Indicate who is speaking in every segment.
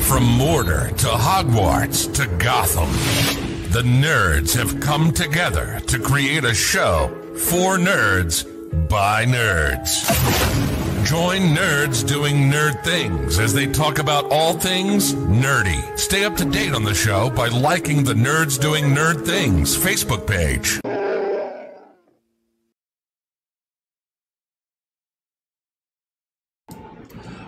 Speaker 1: From Mortar to Hogwarts to Gotham, the nerds have come together to create a show for nerds by nerds. Join nerds doing nerd things as they talk about all things nerdy. Stay up to date on the show by liking the Nerds Doing Nerd Things Facebook page.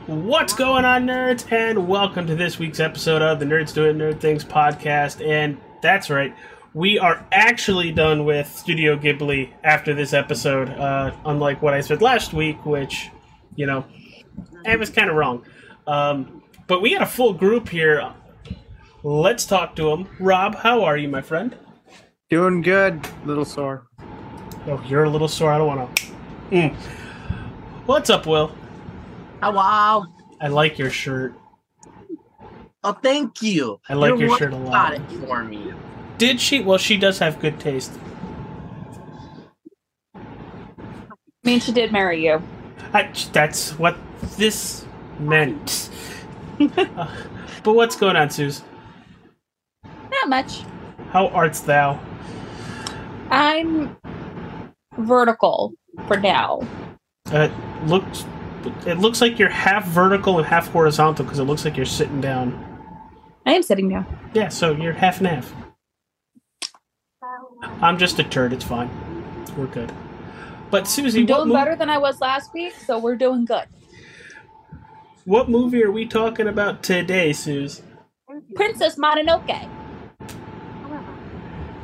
Speaker 2: What's going on, nerds? And welcome to this week's episode of the Nerds Doing Nerd Things podcast. And that's right, we are actually done with Studio Ghibli after this episode, uh, unlike what I said last week, which, you know, I was kind of wrong. Um, but we got a full group here. Let's talk to them. Rob, how are you, my friend?
Speaker 3: Doing good, little sore.
Speaker 2: Oh, you're a little sore. I don't want to. Mm. What's up, Will?
Speaker 4: Oh, wow.
Speaker 2: I like your shirt.
Speaker 4: Oh, thank you.
Speaker 2: I like
Speaker 4: Your
Speaker 2: your
Speaker 4: wife
Speaker 2: shirt a lot.
Speaker 4: Got it for me.
Speaker 2: Did she? Well, she does have good taste.
Speaker 5: I mean, she did marry you.
Speaker 2: I, that's what this meant. Uh, but what's going on, Suze?
Speaker 5: Not much.
Speaker 2: How art thou?
Speaker 5: I'm vertical for now.
Speaker 2: Uh, looks, it looks like you're half vertical and half horizontal because it looks like you're sitting down.
Speaker 5: I am sitting down.
Speaker 2: Yeah, so you're half and half. I'm just a turd. It's fine. We're good. But Susie,
Speaker 5: I'm
Speaker 2: what,
Speaker 5: doing
Speaker 2: mo-
Speaker 5: better than I was last week, so we're doing good.
Speaker 2: what movie are we talking about today, Suze?
Speaker 5: Princess Mononoke.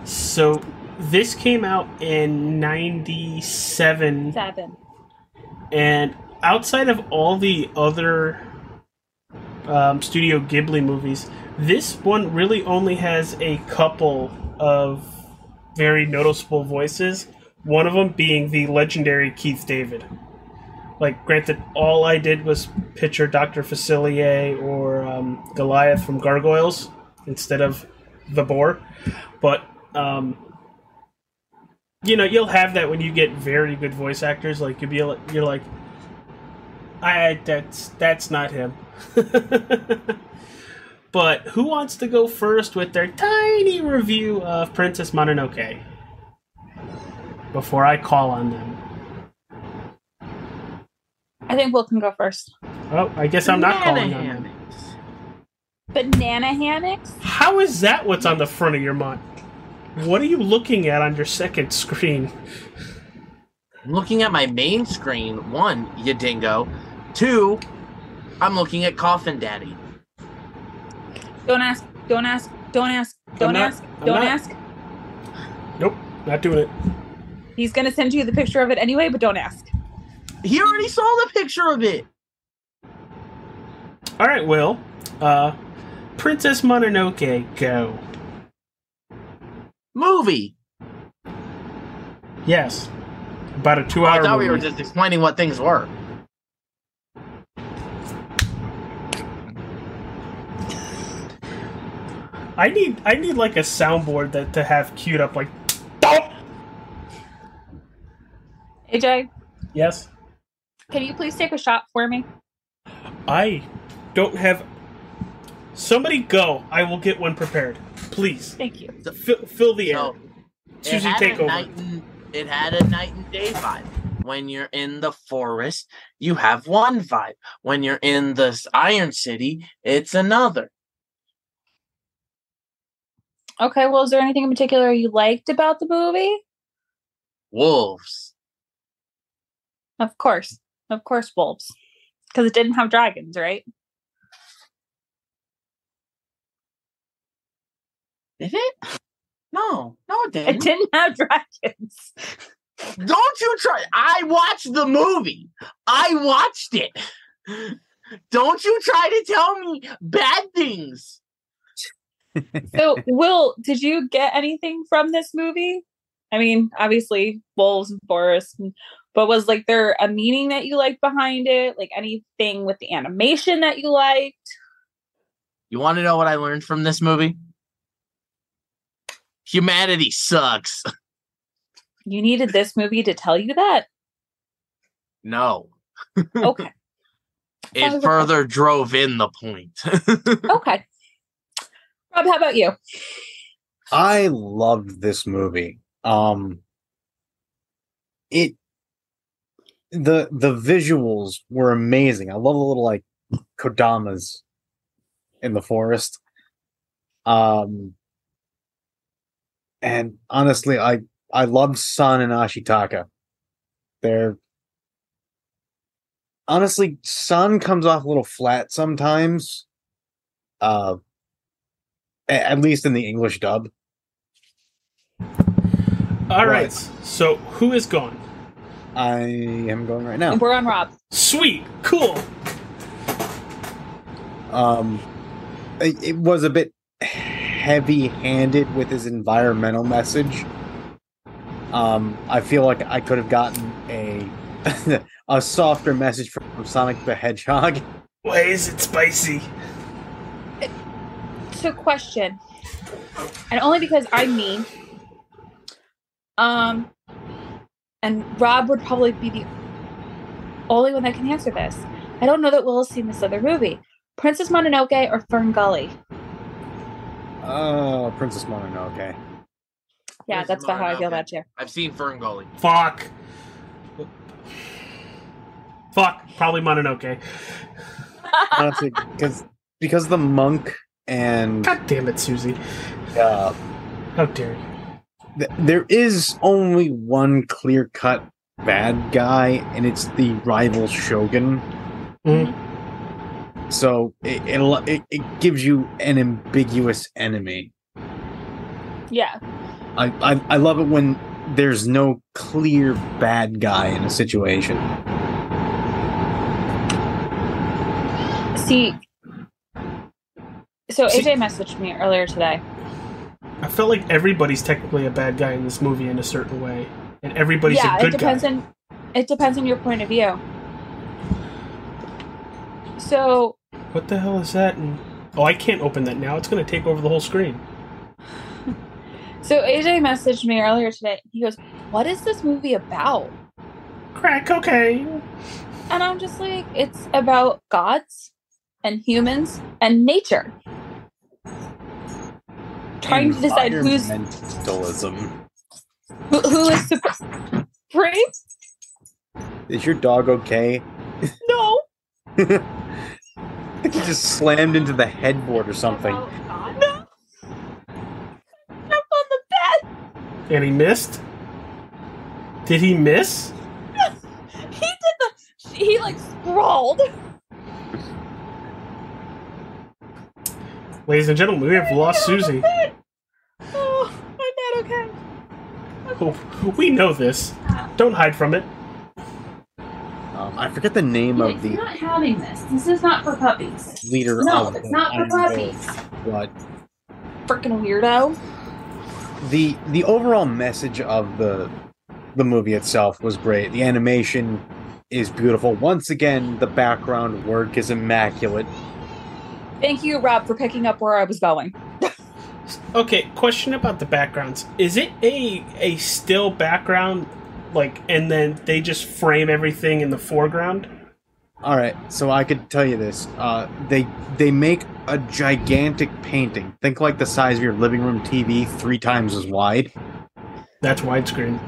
Speaker 2: So this came out in '97.
Speaker 5: Seven.
Speaker 2: And outside of all the other um, Studio Ghibli movies, this one really only has a couple of very noticeable voices. One of them being the legendary Keith David. Like, granted, all I did was picture Dr. Facilier or um, Goliath from Gargoyles instead of the boar. But, um, you know you'll have that when you get very good voice actors like you'll be like you're like i that's that's not him but who wants to go first with their tiny review of princess mononoke before i call on them
Speaker 5: I think Will can go first.
Speaker 2: oh i guess i'm not calling on them
Speaker 4: Nanahannings.
Speaker 5: Banana hammocks.
Speaker 2: how is that what's on the front of your mind what are you looking at on your second screen
Speaker 4: I'm looking at my main screen. One, you dingo. Two, I'm looking at Coffin Daddy.
Speaker 5: Don't ask. Don't ask. Don't ask. Don't
Speaker 2: not-
Speaker 5: ask.
Speaker 2: I'm
Speaker 5: Don't
Speaker 2: not.
Speaker 5: ask.
Speaker 2: nope not doing it
Speaker 5: He's gonna send you the picture of it anyway, but don't ask.
Speaker 4: He already saw the picture of it.
Speaker 2: all right will uh princess mononoke go
Speaker 4: Movie.
Speaker 2: Yes. About a two hour
Speaker 4: Oh, I thought we were
Speaker 2: movie.
Speaker 4: just explaining what things were.
Speaker 2: I need I need like a soundboard that to have queued up like Bop!
Speaker 5: AJ,
Speaker 2: Yes.
Speaker 5: can you please take a shot for me?
Speaker 2: I don't have somebody go. I will get one prepared. Please.
Speaker 5: Thank you.
Speaker 2: Fill, fill the air.
Speaker 4: So, it
Speaker 2: Susie
Speaker 4: had,
Speaker 2: take
Speaker 4: a
Speaker 2: over.
Speaker 4: night and, it had a night and day vibe. When you're in the forest, you have one vibe. When you're in this Iron City, it's another.
Speaker 5: Okay. Well, is there anything in particular you liked about the movie?
Speaker 4: Wolves.
Speaker 5: Of course. Of course, wolves. Because it didn't have dragons, right?
Speaker 4: Did it? No, no, it didn't.
Speaker 5: It didn't have dragons.
Speaker 4: Don't you try. I watched the movie. I watched it. Don't you try to tell me bad things.
Speaker 5: So, Will, did you get anything from this movie? I mean, obviously, wolves and forests, and- but was like there a meaning that you liked behind it? Like anything with the animation that you liked?
Speaker 4: You want to know what I learned from this movie? Humanity sucks.
Speaker 5: You needed this movie to tell you that?
Speaker 4: No.
Speaker 5: Okay. Sounds
Speaker 4: It
Speaker 5: like-
Speaker 4: further drove in the point.
Speaker 5: Okay. Rob, how about you?
Speaker 6: I loved this movie. Um it the the visuals were amazing. I love the little like kodamas in the forest. Um and honestly, I I love Sun and Ashitaka. They're honestly Sun comes off a little flat sometimes. Uh a- at least in the English dub.
Speaker 2: All right.
Speaker 6: Right.
Speaker 2: So who is gone?
Speaker 6: I am going right now.
Speaker 5: We're on Rob.
Speaker 2: Sweet. Cool.
Speaker 6: Um, it, it was a bit heavy-handed with his environmental message. Um, I feel like I could have gotten a a softer message from Sonic the Hedgehog.
Speaker 2: Why is it spicy?
Speaker 5: So question. And only because I'm me. Um and Rob would probably be the only one that can answer this. I don't know that Will has seen this other movie. Princess Mononoke or Fern Gully?
Speaker 6: Oh, Princess Mononoke.
Speaker 5: Yeah,
Speaker 4: Princess
Speaker 5: that's about how I feel
Speaker 4: Mononoke.
Speaker 5: about you.
Speaker 4: I've seen Fern Gully.
Speaker 2: Fuck. Fuck. Probably Mononoke.
Speaker 6: Honestly, because because the monk and
Speaker 2: God damn it, Susie.
Speaker 6: uh,
Speaker 2: How dare you?
Speaker 6: th- there is only one clear-cut bad guy, and it's the rival Shogun.
Speaker 2: Mhm.
Speaker 6: So it it, al- it it gives you an ambiguous enemy.
Speaker 5: yeah.
Speaker 6: I, I I love it when there's no clear bad guy in a situation.
Speaker 5: See so
Speaker 2: See-
Speaker 5: AJ messaged me earlier today.
Speaker 2: I felt like everybody's technically a bad guy in this movie in a certain way, and everybody's
Speaker 5: yeah,
Speaker 2: a good
Speaker 5: it depends
Speaker 2: guy.
Speaker 5: on it depends on your point of view. So
Speaker 2: What the hell is that? And oh, I can't open that now. It's gonna take over the whole screen.
Speaker 5: So AJ messaged me earlier today. He goes, "What is this movie about?"
Speaker 2: Crack cocaine.
Speaker 5: And I'm just like, "It's about gods and humans and nature." Trying to decide who's
Speaker 6: Environmentalism.
Speaker 5: who, who is supreme.
Speaker 6: Is your dog okay?
Speaker 5: No.
Speaker 6: I think he just slammed into the headboard or something.
Speaker 5: No. Up on the bed.
Speaker 2: And he missed. Did he miss?
Speaker 5: He did the. He like sprawled.
Speaker 2: Ladies and gentlemen, we have lost Susie.
Speaker 5: Oh, I'm not okay.
Speaker 2: Oh, we know this. Don't hide from it.
Speaker 6: Um, I forget the name of the
Speaker 5: not having this. This is not for puppies.
Speaker 6: leader of the Iron Wolves, but
Speaker 5: Freaking weirdo.
Speaker 6: the the overall message of the the movie itself was great. The animation is beautiful. Once again, the background work is immaculate.
Speaker 5: Thank you, Rob, for picking up where I was going.
Speaker 2: Okay, question about the backgrounds. Is it a a still background like and then they just frame everything in the foreground?
Speaker 6: All right, so I could tell you this. Uh, they they make a gigantic painting. Think like the size of your living room TV, three times as wide,
Speaker 2: That's widescreen.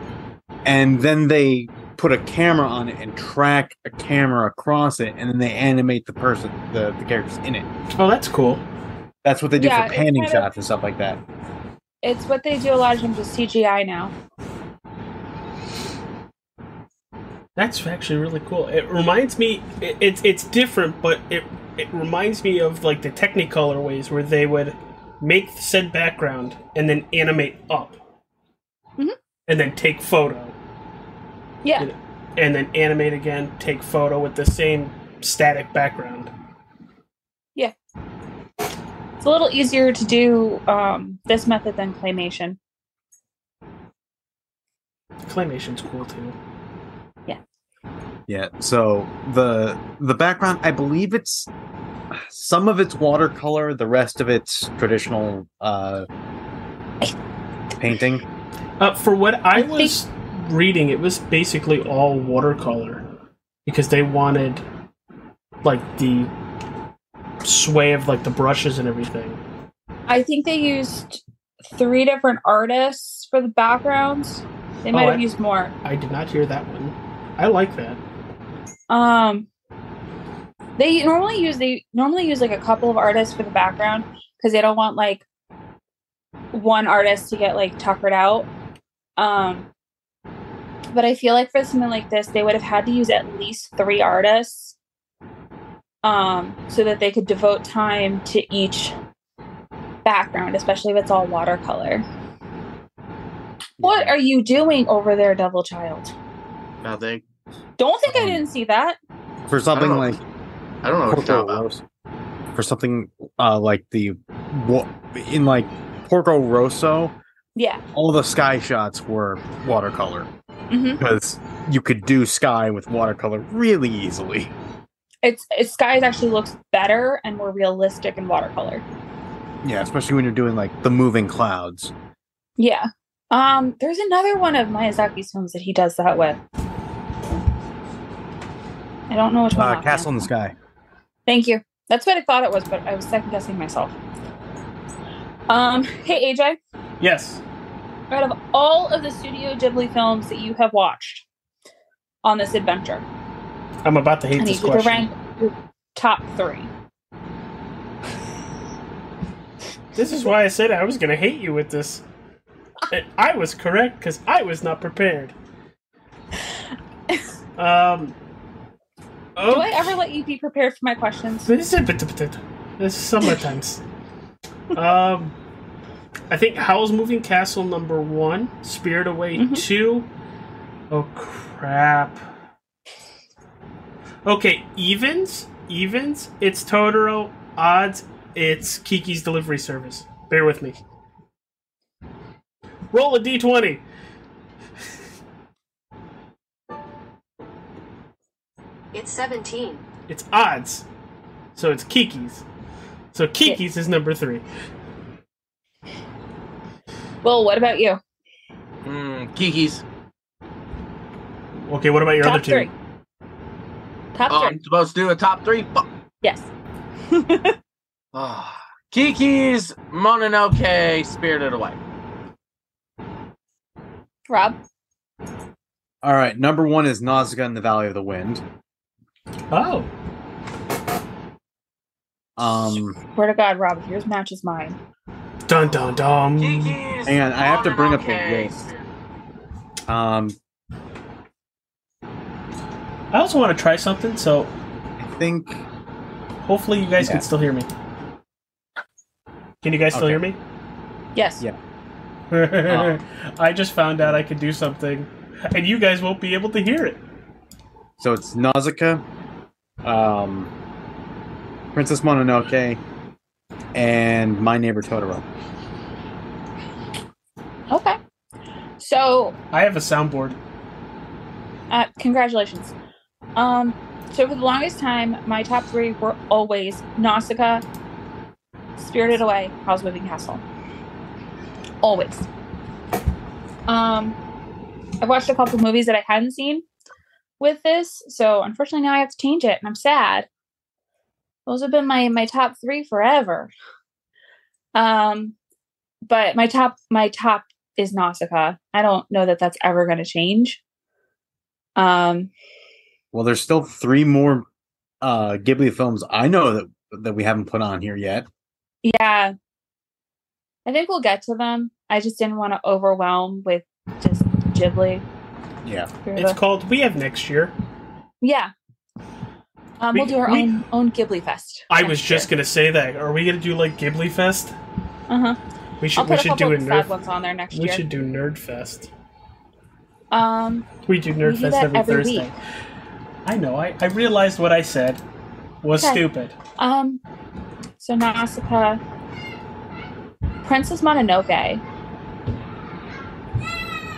Speaker 6: and then they put a camera on it and track a camera across it, and then they animate the person, the, the characters in it.
Speaker 2: Oh, that's cool.
Speaker 6: That's what they do
Speaker 5: Yeah,
Speaker 6: for
Speaker 5: it's
Speaker 6: panning
Speaker 5: kind of-
Speaker 6: shots and stuff like that.
Speaker 5: It's what they do a lot of times with CGI now.
Speaker 2: That's actually really cool. It reminds me it, it's it's different, but it it reminds me of like the technicolor ways where they would make said background and then animate up.
Speaker 5: Mhm.
Speaker 2: And then take photo.
Speaker 5: Yeah.
Speaker 2: And then animate again, take photo with the same static background.
Speaker 5: It's a little easier to do um, this method than claymation.
Speaker 2: Claymation's cool too.
Speaker 6: Yeah. So the the background, I believe it's some of it's watercolor, the rest of it's traditional uh painting.
Speaker 2: Uh, for what I,
Speaker 5: I think-
Speaker 2: was reading, it was basically all watercolor because they wanted like the sway of like the brushes and everything.
Speaker 5: I think they used three different artists for the backgrounds. They might
Speaker 2: Oh,
Speaker 5: have
Speaker 2: I-
Speaker 5: used more.
Speaker 2: I did not hear that one. I like that.
Speaker 5: Um, they normally use they normally use like a couple of artists for the background because they don't want like one artist to get like tuckered out. Um, but I feel like for something like this, they would have had to use at least three artists, um, so that they could devote time to each background, especially if it's all watercolor. What are you doing over there, Devil Child?
Speaker 4: Nothing.
Speaker 5: Don't think I
Speaker 6: Um,
Speaker 5: didn't see that.
Speaker 6: for something
Speaker 4: know.
Speaker 6: like
Speaker 4: I don't know what you're
Speaker 6: Porco
Speaker 4: talking about.
Speaker 6: Rosso. For something uh, like the wa- in like Porco Rosso,
Speaker 5: Yeah.
Speaker 6: all the sky shots were watercolor
Speaker 5: Mhm.
Speaker 6: because you could do sky with watercolor really easily.
Speaker 5: it's, it's skies actually looks better and more realistic in watercolor.
Speaker 6: Yeah, especially when you're doing like the moving clouds.
Speaker 5: Yeah. Um, there's another one of Miyazaki's films that he does that with. I don't know which one.
Speaker 6: Uh,
Speaker 5: offhand.
Speaker 6: Castle in the Sky.
Speaker 5: Thank you. That's what I thought it was, but I was second guessing myself. Um, hey AJ,
Speaker 2: Yes.
Speaker 5: out of all of the Studio Ghibli films that you have watched on this adventure,
Speaker 2: I'm about to hate
Speaker 5: I need
Speaker 2: this
Speaker 5: you to
Speaker 2: question.
Speaker 5: rank your top three.
Speaker 2: This is why I said I was going to hate you with this. And I was correct because I was not prepared. Um.
Speaker 5: Do I ever let you be prepared for my questions?
Speaker 2: This is a bit This is sometimes. um, I think Howl's Moving Castle number one, Spirit Away
Speaker 5: Mhm.
Speaker 2: two. Oh crap. Okay, evens, evens. It's Totoro. Odds, it's Kiki's Delivery Service. Bear with me. Roll a d twenty.
Speaker 7: It's 17.
Speaker 2: It's odds, so it's Kiki's. So Kiki's is number three.
Speaker 5: Well, what about you?
Speaker 4: Mm, Kiki's.
Speaker 2: Okay, what about your
Speaker 5: top
Speaker 2: other two?
Speaker 5: three. Top
Speaker 4: Oh,
Speaker 5: three.
Speaker 4: I'm supposed to do a top three. Fuck.
Speaker 5: Yes.
Speaker 4: Ah, Kiki's Mononoke Spirited Away.
Speaker 5: Rob.
Speaker 6: All right, number one is Nausicaa in the Valley of the Wind.
Speaker 2: Oh.
Speaker 6: Um,
Speaker 5: Swear to God, Rob, if yours matches mine.
Speaker 2: Dun dun dun.
Speaker 4: Kiki's.
Speaker 6: hang on, I have to bring up the
Speaker 4: Mononoke
Speaker 6: list.
Speaker 4: Spirited-
Speaker 6: um,
Speaker 2: I also want to try something, so
Speaker 6: I think
Speaker 2: hopefully you guys
Speaker 6: Yeah.
Speaker 2: can still hear me. Can you guys still
Speaker 6: Okay.
Speaker 2: hear me?
Speaker 5: Yes.
Speaker 6: Yeah.
Speaker 5: Oh.
Speaker 2: I just found out I could do something, and you guys won't be able to hear it.
Speaker 6: so. It's Nausicaa, um, Princess Mononoke, and My Neighbor Totoro.
Speaker 5: Okay. So,
Speaker 2: I have a soundboard.
Speaker 5: uh, congratulations. Um, so for the longest time, my top three were always Nausicaa, Spirited Away, Howl's Moving Castle. Always. Um, I've watched a couple movies that I hadn't seen with this, so unfortunately now I have to change it, and I'm sad. Those have been my my top three forever. Um, but my top my top is Nausicaa. I don't know that that's ever going to change. Um,
Speaker 6: Well, there's still three more uh Ghibli films I know that that we haven't put on here yet.
Speaker 5: Yeah. I think we'll get to them. I just didn't want to overwhelm with just Ghibli.
Speaker 6: Yeah.
Speaker 5: They're
Speaker 2: It's
Speaker 5: the-
Speaker 2: called We Have Next Year.
Speaker 5: yeah. Um,
Speaker 2: We-
Speaker 5: we'll do our
Speaker 2: we-
Speaker 5: own own Ghibli Fest.
Speaker 2: I was just gonna say that. Are we gonna do like Ghibli Fest?
Speaker 5: Uh huh.
Speaker 2: We should
Speaker 5: I'll
Speaker 2: we
Speaker 5: put a
Speaker 2: should do
Speaker 5: couple
Speaker 2: a
Speaker 5: of sad
Speaker 2: nerd.
Speaker 5: ones on there next
Speaker 2: We
Speaker 5: year.
Speaker 2: should do Nerd Fest.
Speaker 5: Um,
Speaker 2: We do Nerd
Speaker 5: We do
Speaker 2: Fest
Speaker 5: that
Speaker 2: every,
Speaker 5: every
Speaker 2: Thursday.
Speaker 5: week.
Speaker 2: I know. I, I realized what I said was
Speaker 5: Okay.
Speaker 2: stupid.
Speaker 5: um, so Nausicaa, Princess Mononoke,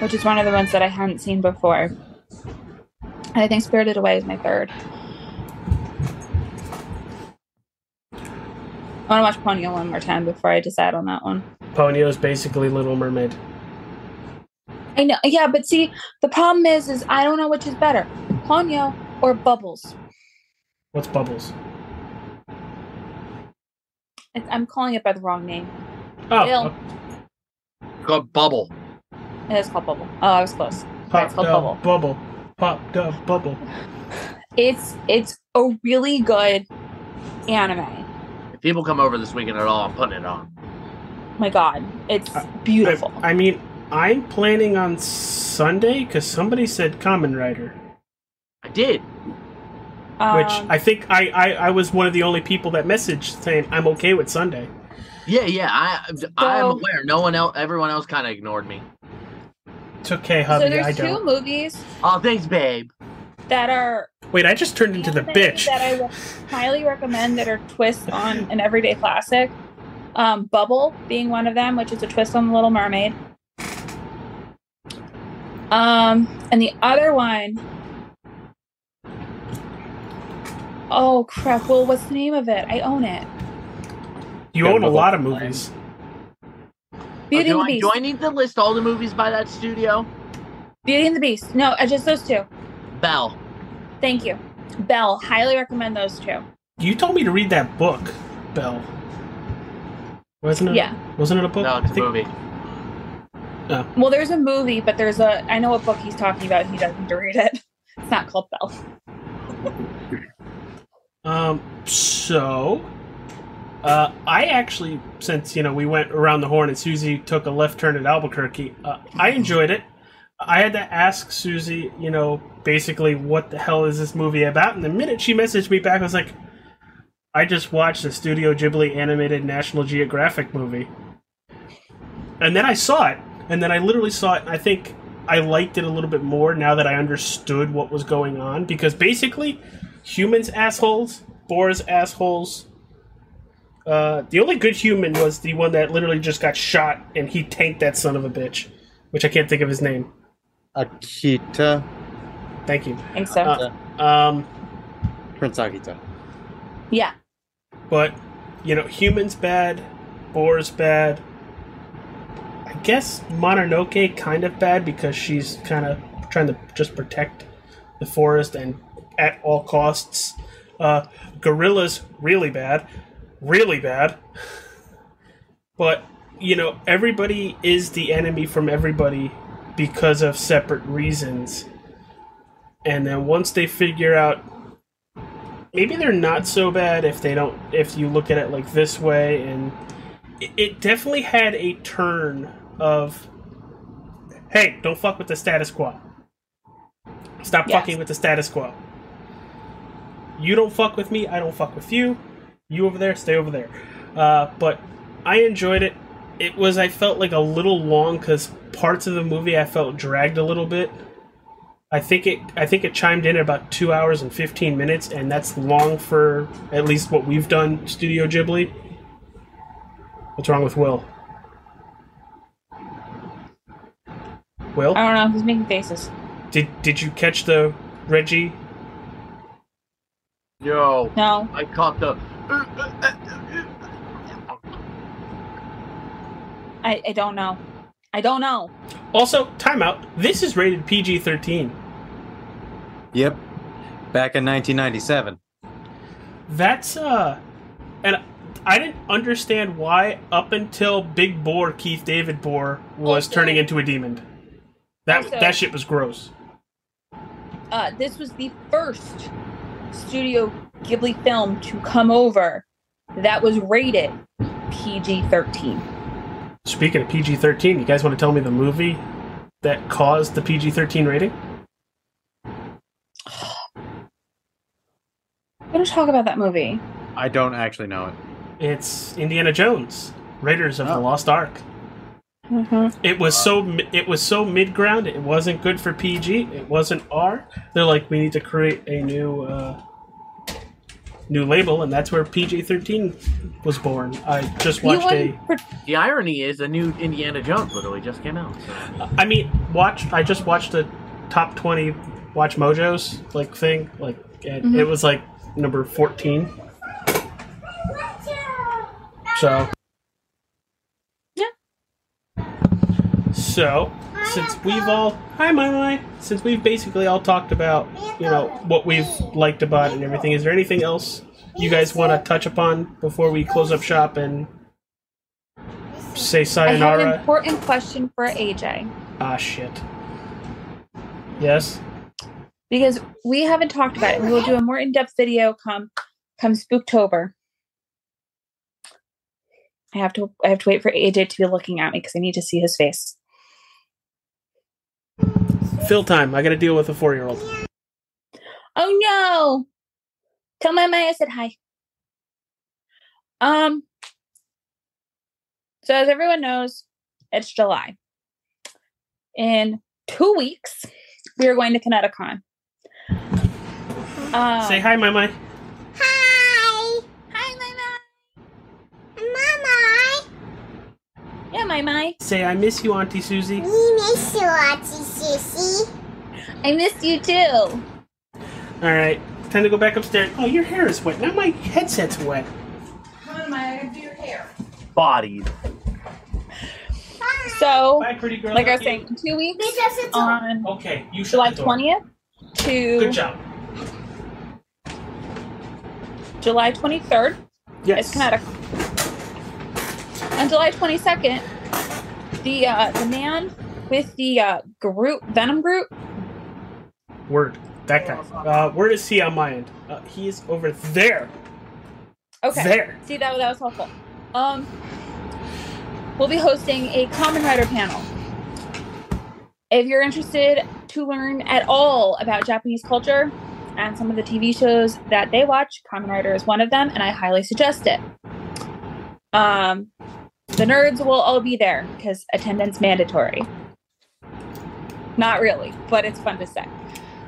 Speaker 5: which is one of the ones that I hadn't seen before. And I think Spirited Away is my third. I want to watch Ponyo one more time before I decide on that one.
Speaker 2: Ponyo is basically Little Mermaid.
Speaker 5: I know, yeah, but see, the problem is, is I don't know which is better, Ponyo or Bubbles.
Speaker 2: What's Bubbles?
Speaker 5: It's, I'm calling it by the wrong name.
Speaker 2: Oh,
Speaker 5: Bill.
Speaker 2: uh,
Speaker 4: Got bubble.
Speaker 5: It is called Bubble. Oh, I was close.
Speaker 2: pop
Speaker 5: it's called
Speaker 2: dub,
Speaker 5: Bubble.
Speaker 2: bubble. Pop dub bubble.
Speaker 5: It's it's a really good anime.
Speaker 4: If people come over this weekend at all, I'm putting it on.
Speaker 5: Oh My God, it's
Speaker 2: I-
Speaker 5: beautiful.
Speaker 2: I, I mean, I'm planning on Sunday because somebody said Common Rider,
Speaker 4: I did.
Speaker 2: which
Speaker 5: Um,
Speaker 2: I think I, I I was one of the only people that messaged saying I'm okay with Sunday.
Speaker 4: Yeah, yeah. I I'm
Speaker 5: So-
Speaker 4: aware. No one else. Everyone else kind of ignored me.
Speaker 2: It's okay,
Speaker 5: so
Speaker 2: hubby. I
Speaker 5: there's
Speaker 2: don't.
Speaker 5: two movies
Speaker 4: Oh, thanks, babe.
Speaker 5: that are
Speaker 2: Wait, I just turned into the
Speaker 5: anime
Speaker 2: bitch.
Speaker 5: that I would highly recommend that are twists on an everyday classic. Um, Bubble being one of them, which is a twist on The Little Mermaid. Um, and the other one oh crap! Well, what's the name of it? I own it.
Speaker 2: You own a lot of movies.
Speaker 5: Beauty
Speaker 4: do,
Speaker 5: and the
Speaker 4: I,
Speaker 5: Beast.
Speaker 4: do I need to list all the movies by that studio?
Speaker 5: Beauty and the Beast. No, uh, just those two.
Speaker 4: Bell.
Speaker 5: Thank you. Belle, highly recommend those two.
Speaker 2: You told me to read that book, Belle. Wasn't it?
Speaker 5: Yeah.
Speaker 2: Wasn't it a book?
Speaker 4: No,
Speaker 2: I
Speaker 4: it's a
Speaker 2: think-
Speaker 4: movie.
Speaker 5: Well, there's a movie, but there's a I know what book he's talking about. He doesn't need to read it. It's not called Belle.
Speaker 2: Um, so, uh, I actually, since you know we went around the horn and Susie took a left turn at Albuquerque, uh, I enjoyed it. I had to ask Susie, you know, basically what the hell is this movie about? And the minute she messaged me back, I was like, I just watched a Studio Ghibli animated National Geographic movie, and then I saw it, and then I literally saw it. And I think I liked it a little bit more now that I understood what was going on because basically humans assholes, boars assholes. Uh, the only good human was the one that literally just got shot, and he tanked that son of a bitch, which I can't think of his name.
Speaker 6: Akita,
Speaker 2: Thank you.
Speaker 5: I think so.
Speaker 2: Uh, Um,
Speaker 6: Prince Akita.
Speaker 5: yeah.
Speaker 2: but you know, humans bad, boars bad. I guess Mononoke kind of bad because she's kind of trying to just protect the forest and at all costs. Uh, gorillas really bad, really bad. But you know, everybody is the enemy from everybody because of separate reasons. And then once they figure out maybe they're not so bad if they don't if you look at it like this way and it, it definitely had a turn of hey don't fuck with the status quo stop
Speaker 5: Yes.
Speaker 2: fucking with the status quo you don't fuck with me i don't fuck with you you over there stay over there uh, but i enjoyed it it was i felt like a little long because parts of the movie i felt dragged a little bit I think it. I think it chimed in at about two hours and fifteen minutes, and that's long for at least what we've done, Studio Ghibli. What's wrong with Will? Will,
Speaker 5: I don't know. He's making faces.
Speaker 2: did did you catch the Reggie?
Speaker 4: Yo,
Speaker 5: No.
Speaker 4: I caught the. uh,
Speaker 5: I, I don't know. I don't know.
Speaker 2: Also, timeout. This is rated PG thirteen.
Speaker 6: Yep. Back in 1997.
Speaker 2: That's uh, and I didn't understand why up until Big Boar Keith David Boar was
Speaker 5: Also-
Speaker 2: turning into a demon. That
Speaker 5: Also-
Speaker 2: that shit was gross.
Speaker 5: Uh, this was the first Studio Ghibli film to come over that was rated PG 13.
Speaker 2: Speaking of PG 13, you guys want to tell me the movie that caused the PG 13 rating?
Speaker 5: I'm going to talk about that movie.
Speaker 6: I don't actually know it.
Speaker 2: It's Indiana Jones, Raiders of the
Speaker 6: Oh.
Speaker 2: Lost Ark. It was so mi- it was so mid ground. It wasn't good for PG. It wasn't R. They're like, we need to create a new uh, new label, and that's where PG 13 was born. I just
Speaker 5: You
Speaker 2: watched
Speaker 5: wouldn't
Speaker 2: a.
Speaker 5: pre-
Speaker 4: The irony is, a new Indiana Jones literally just came out. So.
Speaker 2: I mean, watch. I just watched the top 20 Watch Mojo's like thing. Like, and
Speaker 5: Mm-hmm.
Speaker 2: it was like number 14. So.
Speaker 5: Yeah.
Speaker 2: So, since we've all hi my my since we've basically all talked about you know what we've liked about it and everything, is there anything else you guys want to touch upon before we close up shop and say
Speaker 5: I have an
Speaker 2: sayonara?
Speaker 5: important question for AJ
Speaker 2: Ah shit. Yes.
Speaker 5: because we haven't talked about it. and We will do a more in-depth video come come Spooktober. I have to I have to wait for AJ to be looking at me because I need to see his face.
Speaker 2: Fill time. I got to deal with a four year old.
Speaker 5: Oh no! Tell my Maya I said hi. Um. So as everyone knows, it's July. In two weeks, we are going to Kineticon. Um,
Speaker 2: Say hi, my my.
Speaker 8: Hi.
Speaker 5: Hi, my
Speaker 8: Mama.
Speaker 5: Mai. Yeah, my Mai.
Speaker 2: Say I miss you, Auntie Susie.
Speaker 8: We miss you, Auntie Sissy.
Speaker 5: I miss you too.
Speaker 2: All right. Time to go back upstairs. Oh, your hair is wet. Now my headset's wet.
Speaker 4: Bodied.
Speaker 5: So,
Speaker 2: Bye, pretty girl.
Speaker 5: like I
Speaker 2: Love
Speaker 5: was
Speaker 2: you.
Speaker 5: saying, in two weeks
Speaker 8: Miss us at all.
Speaker 5: on
Speaker 2: Okay, you shut
Speaker 5: July
Speaker 2: the door.
Speaker 5: twentieth
Speaker 2: Good
Speaker 5: to
Speaker 2: job.
Speaker 5: July twenty third. It's
Speaker 2: Yes.
Speaker 5: Connecticut. On July 22nd, the uh, the man with the uh, Groot Venom Groot.
Speaker 2: Word. That guy. Uh, where is he on my end? Uh, he is over there.
Speaker 5: Okay,
Speaker 2: There.
Speaker 5: see that that was helpful. Um, we'll be hosting a Common Rider panel. If you're interested to learn at all about Japanese culture and some of the TV shows that they watch, Common Rider is one of them, and I highly suggest it. Um, the nerds will all be there because attendance mandatory. Not really, but it's fun to say.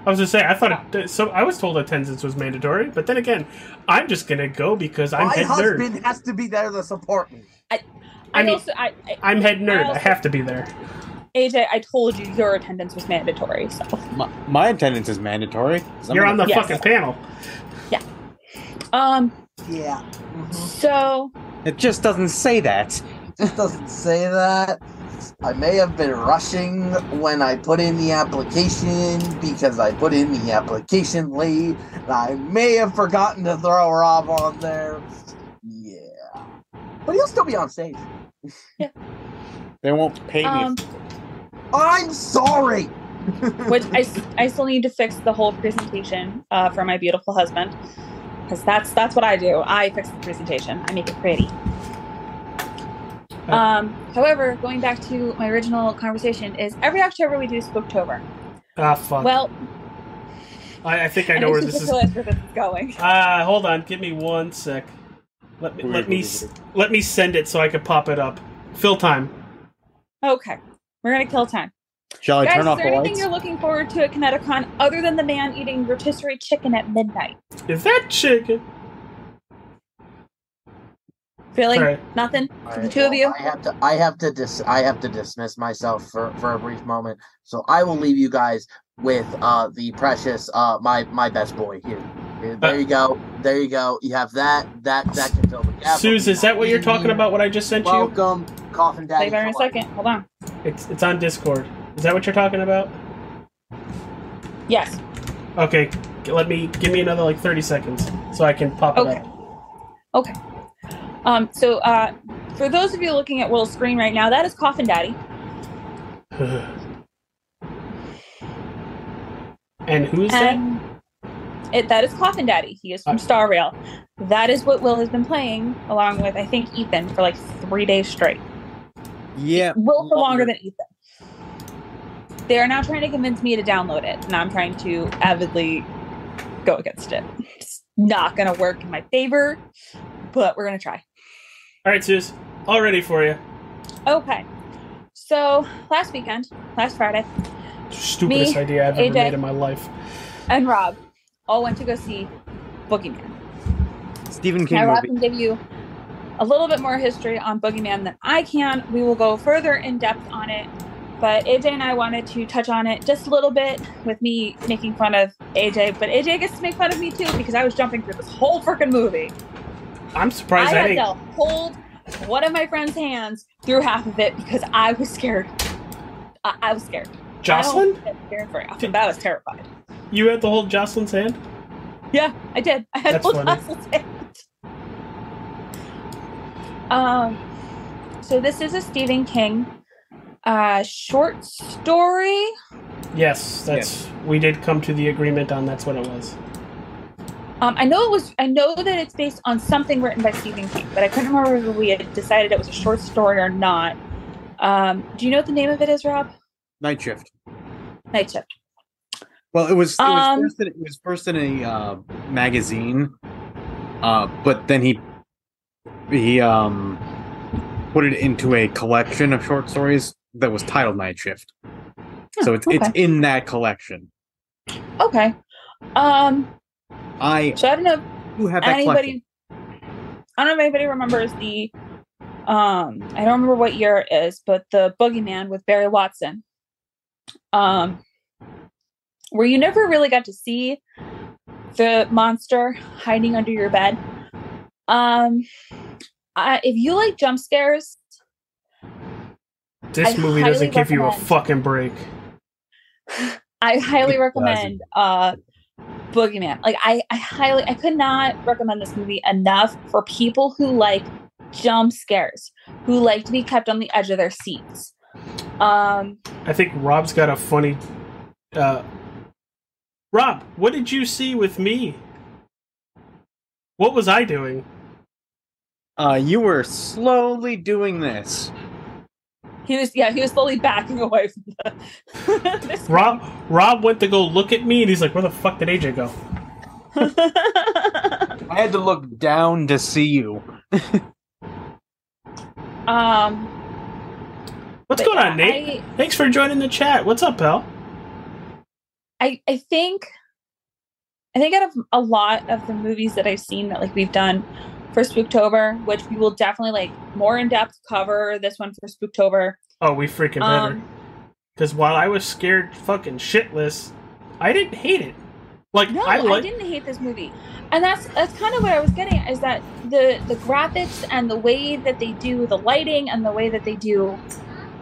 Speaker 2: I was just saying. I thought it, so. I was told attendance was mandatory, but then again, I'm just gonna go because I'm
Speaker 4: My
Speaker 2: head nerd.
Speaker 4: husband has to be there to support me.
Speaker 5: I,
Speaker 2: I mean-
Speaker 5: also, I, I,
Speaker 2: I'm head nerd. I
Speaker 5: also-
Speaker 2: have to be there.
Speaker 5: AJ, I told you your attendance was mandatory. So,
Speaker 6: My, my attendance is mandatory. 'cause I'm
Speaker 2: You're
Speaker 6: gonna-
Speaker 2: on the
Speaker 5: Yes.
Speaker 2: fucking panel.
Speaker 5: um,
Speaker 4: Yeah. Mhm.
Speaker 5: so
Speaker 6: It just doesn't say that.
Speaker 4: It doesn't say that. I may have been rushing when I put in the application because I put in the application late. And I may have forgotten to throw Rob on there. Yeah. But he'll still be on stage.
Speaker 6: They won't pay me.
Speaker 5: Um,
Speaker 4: I'm sorry.
Speaker 5: which I, s- I still need to fix the whole presentation uh, for my beautiful husband because that's that's what I do. I fix the presentation. I make it pretty.
Speaker 2: Uh,
Speaker 5: Um, however, going back to my original conversation, is every October we do Spooktober.
Speaker 2: Ah, fuck.
Speaker 5: Well,
Speaker 2: I, I think I
Speaker 5: I
Speaker 2: know where
Speaker 5: should
Speaker 2: this
Speaker 5: just
Speaker 2: is.
Speaker 5: realize where this is going.
Speaker 2: Ah, hold on. Give me one sec. Let me let me s- let me send it so I can pop it up. Fill time.
Speaker 5: Okay, we're gonna kill time.
Speaker 6: Shall
Speaker 2: Oh,
Speaker 6: I
Speaker 5: Guys,
Speaker 6: turn
Speaker 5: is
Speaker 6: off
Speaker 5: there
Speaker 6: the
Speaker 5: anything
Speaker 6: lights?
Speaker 5: you're looking forward to at Kineticon other than the man eating rotisserie chicken at midnight?
Speaker 2: Is that chicken?
Speaker 5: Really?
Speaker 2: All right.
Speaker 5: Nothing?
Speaker 4: All
Speaker 5: the
Speaker 4: right,
Speaker 5: two of you?
Speaker 4: I have to. I have to. Dis- I have to dismiss myself for for a brief moment. So I will leave you guys with uh the precious uh my my best boy here.
Speaker 2: Uh,
Speaker 4: Here, There you go. There you go. You have that. That that can fill the gap.
Speaker 2: Suze, is that what you're talking about? What I just sent you?
Speaker 4: Mm-hmm. Welcome, coffin daddy.
Speaker 5: Wait a
Speaker 4: for life.
Speaker 5: second. Hold on.
Speaker 2: It's it's on Discord. Is that what you're talking about?
Speaker 5: Yes.
Speaker 2: Okay, g- let me give me another like 30 seconds so I can pop it
Speaker 5: Okay.
Speaker 2: up.
Speaker 5: Um, so uh, for those of you looking at Will's screen right now, that is Coffin Daddy.
Speaker 2: and who is that?
Speaker 5: And it, that is Coffin Daddy. He is from Star Rail. That is what Will has been playing along with, I think, Ethan for like three days straight.
Speaker 6: yeah.
Speaker 5: Will for longer than Ethan. They are now trying to convince me to download it, and I'm trying to avidly go against it. It's not going to work in my favor, but we're going to try.
Speaker 2: All right, Suze, all ready for you.
Speaker 5: Okay. So last weekend, last Friday,
Speaker 2: Stupidest idea I've ever
Speaker 5: AJ.
Speaker 2: made in my life.
Speaker 5: and Rob all went to go see Boogeyman.
Speaker 6: Stephen King
Speaker 5: Now, Rob
Speaker 6: movie.
Speaker 5: can give you a little bit more history on Boogeyman than I can. We will go further in depth on it, but AJ and I wanted to touch on it just a little bit with me making fun of AJ, but AJ gets to make fun of me too because I was jumping through this whole freaking movie.
Speaker 2: I'm surprised
Speaker 5: I
Speaker 2: I,
Speaker 5: had
Speaker 2: didn't.
Speaker 5: to hold one of my friend's hands through half of it because I was scared. I, I was scared.
Speaker 2: Jocelyn?
Speaker 5: I don't get scared very often, but I was terrified.
Speaker 2: You had to hold Jocelyn's hand?
Speaker 5: Yeah, I did. I had
Speaker 2: That's
Speaker 5: old
Speaker 2: funny.
Speaker 5: Jocelyn's hand. Um, so this is a Stephen King uh, short story.
Speaker 2: Yes, that's we did come to the agreement on that's what it was.
Speaker 5: Um, I know it was. I know that it's based on something written by Stephen King, but I couldn't remember if we had decided it was a short story or not. Um, do you know what the name of it is, Rob?
Speaker 6: Night shift.
Speaker 5: Night Shift.
Speaker 6: Well, it was it was,
Speaker 5: Um,
Speaker 6: first, in, it was first in a uh, magazine, uh, but then he he um put it into a collection of short stories that was titled Night Shift. So it's it's
Speaker 5: okay.
Speaker 6: in that collection.
Speaker 5: Okay. Um,
Speaker 6: I
Speaker 5: so I don't know.
Speaker 6: do have that collection.
Speaker 5: anybody I don't know if anybody remembers the um I don't remember what year it is, but the Boogeyman with Barry Watson. Um where you never really got to see the monster hiding under your bed. Um I, if you like jump scares,
Speaker 2: This
Speaker 5: I
Speaker 2: movie doesn't
Speaker 5: highly
Speaker 2: give you a
Speaker 5: recommend.
Speaker 2: fucking break.
Speaker 5: I highly
Speaker 6: It doesn't.
Speaker 5: recommend uh Boogeyman. Like I, I highly I could not recommend this movie enough for people who like jump scares, who like to be kept on the edge of their seats. Um
Speaker 2: I think Rob's got a funny uh Rob, what did you see with me? What was I doing?
Speaker 6: Uh, you were slowly doing this.
Speaker 5: he was yeah, he was slowly backing away from the, the screen.
Speaker 2: Rob Rob went to go look at me and he's like, Where the fuck did AJ go?
Speaker 6: I had to look down to see you.
Speaker 5: um
Speaker 2: What's
Speaker 5: but
Speaker 2: going on,
Speaker 5: yeah,
Speaker 2: Nate? Thanks for joining the chat. What's up, pal?
Speaker 5: I, I I think I think out of a lot of the movies that I've seen that like we've done for Spooktober, which we will definitely like more in depth cover this one for Spooktober.
Speaker 2: Oh, we freaking better.
Speaker 5: Um,
Speaker 2: Because while I was scared fucking shitless, I didn't hate it. Like
Speaker 5: no,
Speaker 2: I
Speaker 5: I,
Speaker 2: like
Speaker 5: didn't hate this movie, and that's that's kind of what I was getting at, is that the the graphics and the way that they do the lighting and the way that they do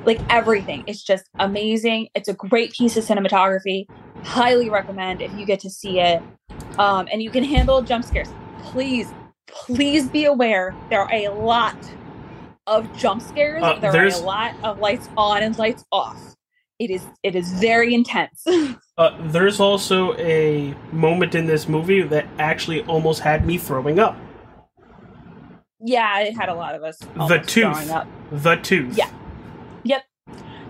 Speaker 5: like everything, it's just amazing. It's a great piece of cinematography. Highly recommend if you get to see it, um, and you can handle jump scares. Please, please be aware there are a lot of jump scares.
Speaker 2: Uh,
Speaker 5: there are a
Speaker 2: there's-
Speaker 5: lot of lights on and lights off. It is it is very intense.
Speaker 2: Uh, there's also a moment in this movie that actually almost had me throwing up.
Speaker 5: Yeah, it had a lot of us. almost
Speaker 2: tooth.
Speaker 5: throwing Up.
Speaker 2: The tooth.
Speaker 5: Yeah.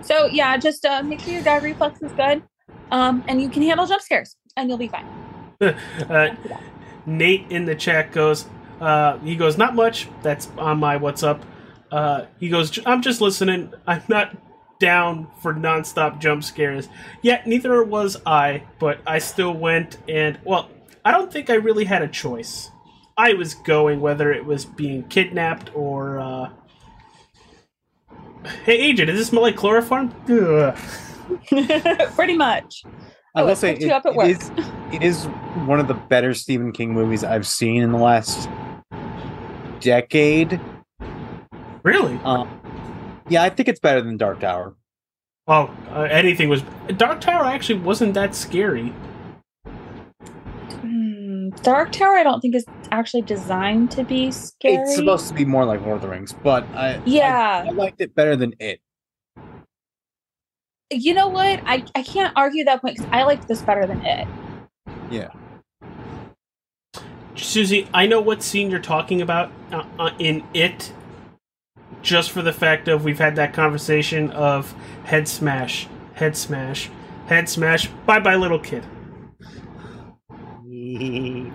Speaker 5: So yeah, just uh, make sure your guy reflex is good, um, and you can handle jump scares, and you'll be fine.
Speaker 2: Uh, Nate in the chat goes, uh, he goes, not much. That's on my what's up. Uh, he goes, "J- I'm just listening. I'm not down for nonstop jump scares. Yet neither was I, but I still went and, well, I don't think I really had a choice. I was going whether it was being kidnapped or, uh... Hey, agent, does this smell like chloroform? Ugh.
Speaker 5: Pretty much.
Speaker 6: I
Speaker 5: Oh,
Speaker 6: will
Speaker 5: it
Speaker 6: say
Speaker 5: picked you up at work.
Speaker 6: it is it is one of the better Stephen King movies I've seen in the last decade.
Speaker 2: Really?
Speaker 6: Um, yeah, I think it's better than Dark Tower.
Speaker 2: Oh, uh, anything was. Dark Tower actually wasn't that scary.
Speaker 5: Hmm, Dark Tower, I don't think is actually designed to be scary.
Speaker 6: It's supposed to be more like Lord of the Rings, but I I-
Speaker 5: Yeah.
Speaker 6: I, liked it better than it.
Speaker 5: you know what? I I can't argue that point because I liked this better than it.
Speaker 2: Susie, I know what scene you're talking about uh, uh, in it, just for the fact of we've had that conversation of head smash, head smash, head smash, bye bye little kid. And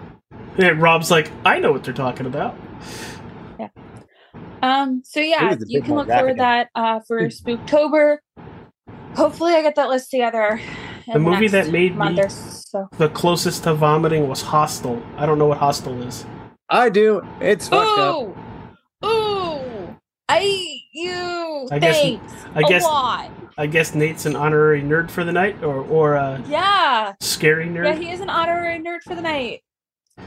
Speaker 2: Rob's like, I know what they're talking about.
Speaker 5: Um. So
Speaker 6: It
Speaker 5: yeah,
Speaker 6: is a
Speaker 5: you
Speaker 6: bit
Speaker 5: can
Speaker 6: more
Speaker 5: look forward to
Speaker 6: graphic. Hmm.
Speaker 5: that uh, for Spooktober. Hopefully, I get that list together. in
Speaker 2: The movie
Speaker 5: next
Speaker 2: that made
Speaker 5: month
Speaker 2: me-
Speaker 5: or so.
Speaker 2: The closest to vomiting was Hostel. I don't know what Hostel is.
Speaker 6: I do. It's fucked up.
Speaker 5: Ooh, ooh, I you.
Speaker 2: I guess-
Speaker 5: Thanks.
Speaker 2: I guess
Speaker 5: a lot.
Speaker 2: I guess Nate's an honorary nerd for the night, or or a
Speaker 5: Yeah,
Speaker 2: scary nerd.
Speaker 5: yeah. He is an honorary nerd for the night.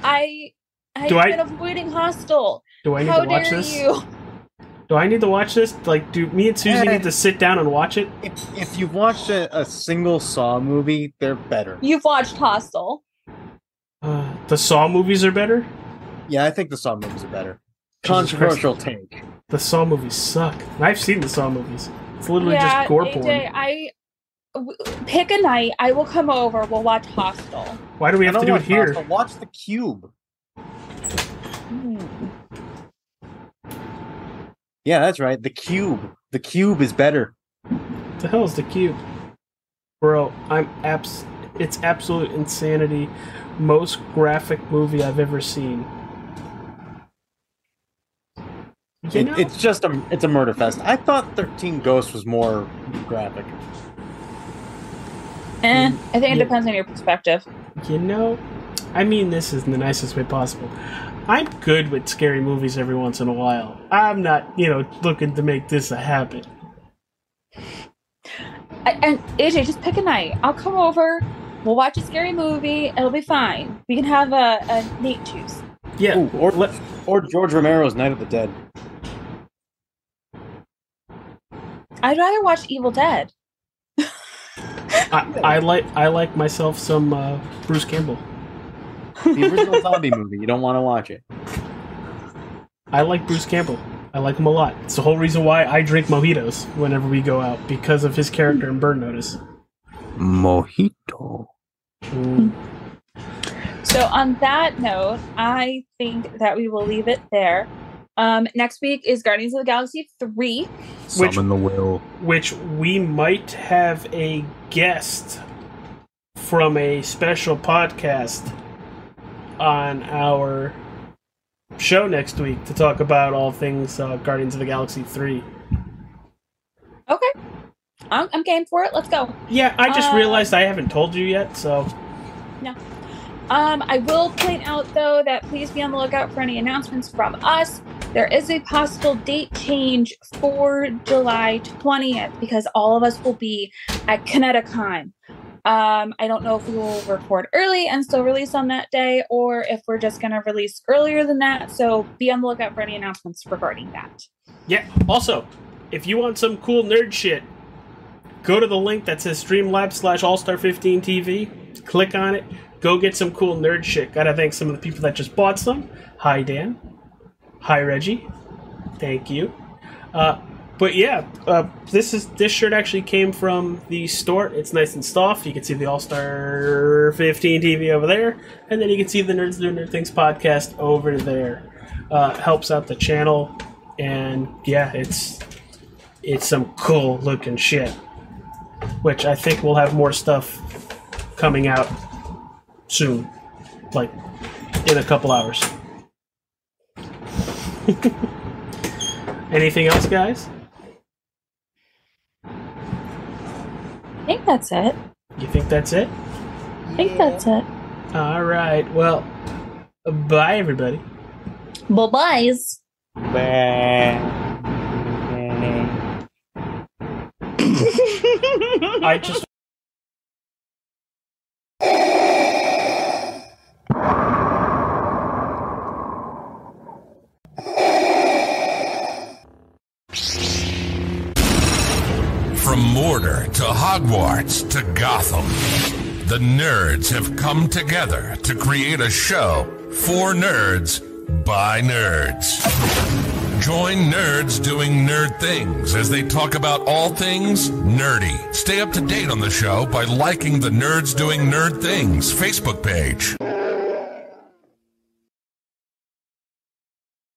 Speaker 5: I. I've
Speaker 2: Do I-
Speaker 5: been avoiding hostile.
Speaker 2: Do I need
Speaker 5: How
Speaker 2: to watch
Speaker 5: dare
Speaker 2: this?
Speaker 5: you?
Speaker 2: Do I need to watch this? Like, do me and Susie
Speaker 6: Yeah.
Speaker 2: need to sit down and watch it?
Speaker 6: If, if you've watched a, a single Saw movie, they're better.
Speaker 5: You've watched Hostel.
Speaker 2: Uh, the Saw movies are better.
Speaker 6: Yeah, I think the Saw movies are better.
Speaker 2: Jesus Christ.
Speaker 6: Controversial take.
Speaker 2: The Saw movies suck. I've seen the Saw movies. It's literally just gore porn.
Speaker 5: AJ, I w- pick a night. I will come over. We'll watch Hostel.
Speaker 2: Why do we
Speaker 6: I
Speaker 2: have to
Speaker 6: don't
Speaker 2: do it
Speaker 6: watch
Speaker 2: here?
Speaker 6: Hostel, Watch the Cube.
Speaker 5: Hmm.
Speaker 6: Yeah, that's right. The Cube. The Cube is better.
Speaker 2: the hell is the cube? Bro, I'm abs. It's absolute insanity. Most graphic movie I've ever seen. You
Speaker 6: It,
Speaker 2: know,
Speaker 6: It's just a it's a murder fest. I thought Thirteen Ghosts was more graphic.
Speaker 5: Eh, I think
Speaker 2: Mm,
Speaker 5: it
Speaker 2: Yeah.
Speaker 5: depends on your perspective.
Speaker 2: you know. I mean, this is in the nicest way possible. I'm good with scary movies every once in a while. I'm not, you know, looking to make this a habit.
Speaker 5: I, and AJ, just pick a night. I'll come over. We'll watch a scary movie. It'll be fine. We can have a, a Nate choose.
Speaker 2: Yeah,
Speaker 6: Ooh, or
Speaker 2: let-
Speaker 6: or George Romero's Night of the Dead.
Speaker 5: I'd rather watch Evil Dead.
Speaker 2: I, I like I like myself some uh, Bruce Campbell.
Speaker 6: The original zombie movie. You don't want to watch it.
Speaker 2: I like Bruce Campbell. I like him a lot. It's the whole reason why I drink mojitos whenever we go out because of his character in Burn Notice.
Speaker 6: Mojito.
Speaker 5: So, on that note, I think that we will leave it there. Um, next week is Guardians of the Galaxy 3.
Speaker 2: Which- Summon
Speaker 6: the will.
Speaker 2: Which we might have a guest from a special podcast on our show next week to talk about all things uh, Guardians of the Galaxy 3.
Speaker 5: Okay. I'm, I'm game for it. Let's go.
Speaker 2: Yeah, I just
Speaker 5: Uh,
Speaker 2: realized I haven't told you yet, so
Speaker 5: Um, I will point out, though, that please be on the lookout for any announcements from us. There is a possible date change for July 20th because all of us will be at Kineticon. Um, I don't know if we will record early and still release on that day or if we're just going to release earlier than that. So be on the lookout for any announcements regarding that.
Speaker 2: Yeah. Also, if you want some cool nerd shit, go to the link that says Streamlabs slash Allstar 15 TV. Click on it. Go get some cool nerd shit. Gotta thank some of the people that just bought some. Hi, Dan. Hi, Reggie. Thank you. Uh, but yeah, uh, this is this shirt actually came from the store. It's nice and soft. You can see the All Star 15 TV over there, and then you can see the Nerds Doing Nerd Things podcast over there. Uh, helps out the channel, and yeah, it's it's some cool looking shit. Which I think we'll have more stuff coming out soon, like in a couple hours. Anything else, guys?
Speaker 5: I think that's it.
Speaker 2: You think that's it?
Speaker 5: I think that's it.
Speaker 2: All right. Well, bye, everybody.
Speaker 5: Bye byes.
Speaker 2: I just
Speaker 1: From Mortar to Hogwarts to Gotham, the nerds have come together to create a show for nerds by nerds. Join nerds doing nerd things as they talk about all things nerdy. Stay up to date on the show by liking the Nerds Doing Nerd Things Facebook page.